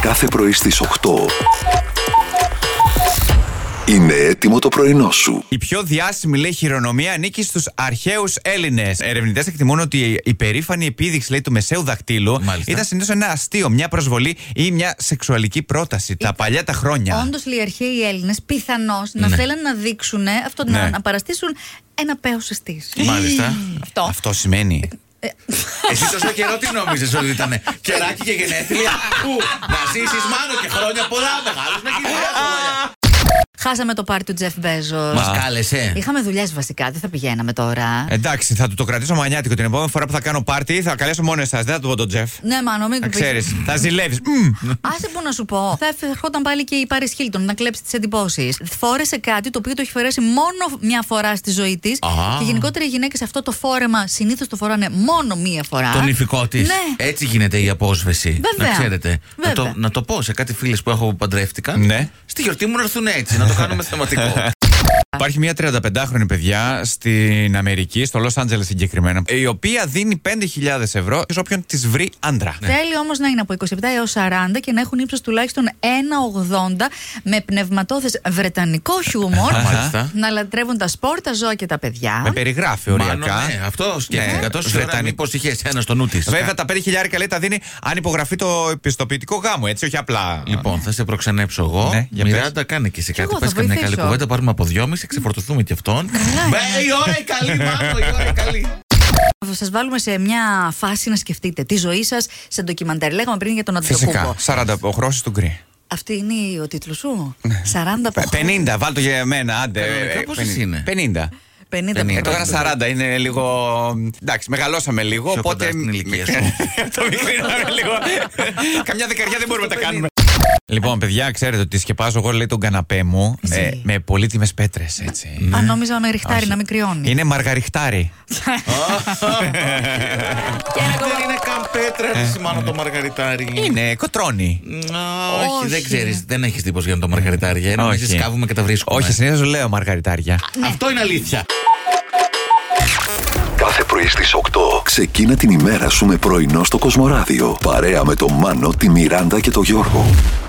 κάθε πρωί στις 8. Είναι έτοιμο το πρωινό σου. Η πιο διάσημη λέει χειρονομία ανήκει στους αρχαίους Έλληνες. Ερευνητές εκτιμούν ότι η περήφανη επίδειξη λέει, του μεσαίου δακτύλου Μάλιστα. ήταν συνήθως ένα αστείο, μια προσβολή ή μια σεξουαλική πρόταση τα παλιά τα χρόνια. Όντως, οι αρχαίοι Έλληνες πιθανώς να Ναι. θέλαν να δείξουν ε, αυτό, Ναι. να, να παραστήσουν ένα παίο τη. Μάλιστα. Αυτό. Αυτό σημαίνει. Εσύ τόσο καιρό τι νόμιζε ότι ήταν κεράκι και γενέθλια. Πού να ζήσεις μάλλον και χρόνια πολλά, μεγάλος να γίνει χρόνια. Χάσαμε το πάρτι του Τζεφ Μπέζος. Μας Ε, κάλεσε. Είχαμε δουλειές βασικά, δεν θα πηγαίναμε τώρα. Εντάξει, θα του το κρατήσω μανιάτικο την επόμενη φορά που θα κάνω πάρτι. Θα καλέσω μόνο εσά, δεν θα του πω τον Τζεφ. Ναι, μάνο, μην Να κουπείς. ξέρεις, θα ζηλεύεις. Άσε που να σου πω. Θα ερχόταν πάλι και η Πάρη Χίλτον να κλέψει τις εντυπώσεις. Φόρεσε κάτι το οποίο το έχει φορέσει μόνο μια φορά στη ζωή της. Α. Και γενικότερα οι γυναίκες αυτό το φόρεμα συνήθως το φοράνε μόνο μία φορά. Το νηφικό Ε, της. Ναι. Έτσι γίνεται η απόσβεση. Βέβαια. Να ξέρετε. Να το, Βέβαια. να το πω σε κάτι φίλες που έχω που παντρεύτηκαν. Ναι. Στη γιορτή μου να έρθουν έτσι, να το κάνουμε θεματικό. Υπάρχει μια 35χρονη παιδιά στην Αμερική, στο Λος Άντζελες συγκεκριμένα, η οποία δίνει 5.000 ευρώ σε όποιον της βρει άντρα. Ναι. Θέλει όμως να είναι από 27 έω 40 και να έχουν ύψος τουλάχιστον 1,80 με πνευματόδε βρετανικό χιούμορ. Μάλιστα. να λατρεύουν τα σπορ, τα ζώα και τα παιδιά. Με περιγράφει Μάλλον, οριακά. ναι, αυτό σκέφτηκα. Ναι, Τόσο ώρα Βρετανικό. μήπως είχε ένα στο νου της. Βέβαια τα 5.000 λέει τα δίνει αν υπογραφεί το επιστοποιητικό γάμο, έτσι, όχι απλά. Λοιπόν, θα σε προξενέψω εγώ. Ναι, για πες. Μιράντα, κάνε και εσύ κάτι. εγώ Πες θα καμιά καλή βοηθήσω. κουβέντα, πάρουμε από δυόμιση, ξεφορτωθούμε και αυτόν. Μπε, η ώρα η καλή, μάλλον η ώρα η καλή. Θα σας βάλουμε σε μια φάση να σκεφτείτε τη ζωή σας σε ντοκιμαντέρ. Λέγαμε πριν για τον Αντιτοκούμπο. Φυσικά. 40 χρώσει του γκρι. Αυτή είναι ο τίτλος σου. Ναι. 40 από 50, βάλ το για εμένα, άντε. ε, Κανονικά πόσες 50. είναι? 50. 50. Δεν Ε, είναι. το έκανα 40, είναι λίγο. Εντάξει, μεγαλώσαμε λίγο. Πιο οπότε. κοντά στην ηλικία σου. το μικρύναμε λίγο. Καμιά δεκαριά δεν μπορούμε να τα κάνουμε. Λοιπόν, παιδιά, ξέρετε ότι σκεπάζω εγώ λέει τον καναπέ μου Εσύ. ε, με πολύτιμες πέτρες, έτσι. Αν νόμιζα με ριχτάρι, Ναι. Όχι. να μην κρυώνει. Είναι μαργαριχτάρι. Δεν είναι καν πέτρα, Ε. εσύ μάλλον το μαργαριτάρι. Είναι κοτρόνι. Α, Όχι, Όχι. δεν ξέρεις. Δεν έχεις τίποτα για το μαργαριτάρι. Ενώ Όχι. εμεί σκάβουμε και τα βρίσκουμε. Όχι, συνήθως λέω μαργαριτάρια. Αυτό είναι αλήθεια. Κάθε πρωί στις 8. Ξεκίνα την ημέρα σου με πρωινό στο Κοσμοράδιο. Παρέα με τον Μάνο, τη Μιράντα και τον Γιώργο.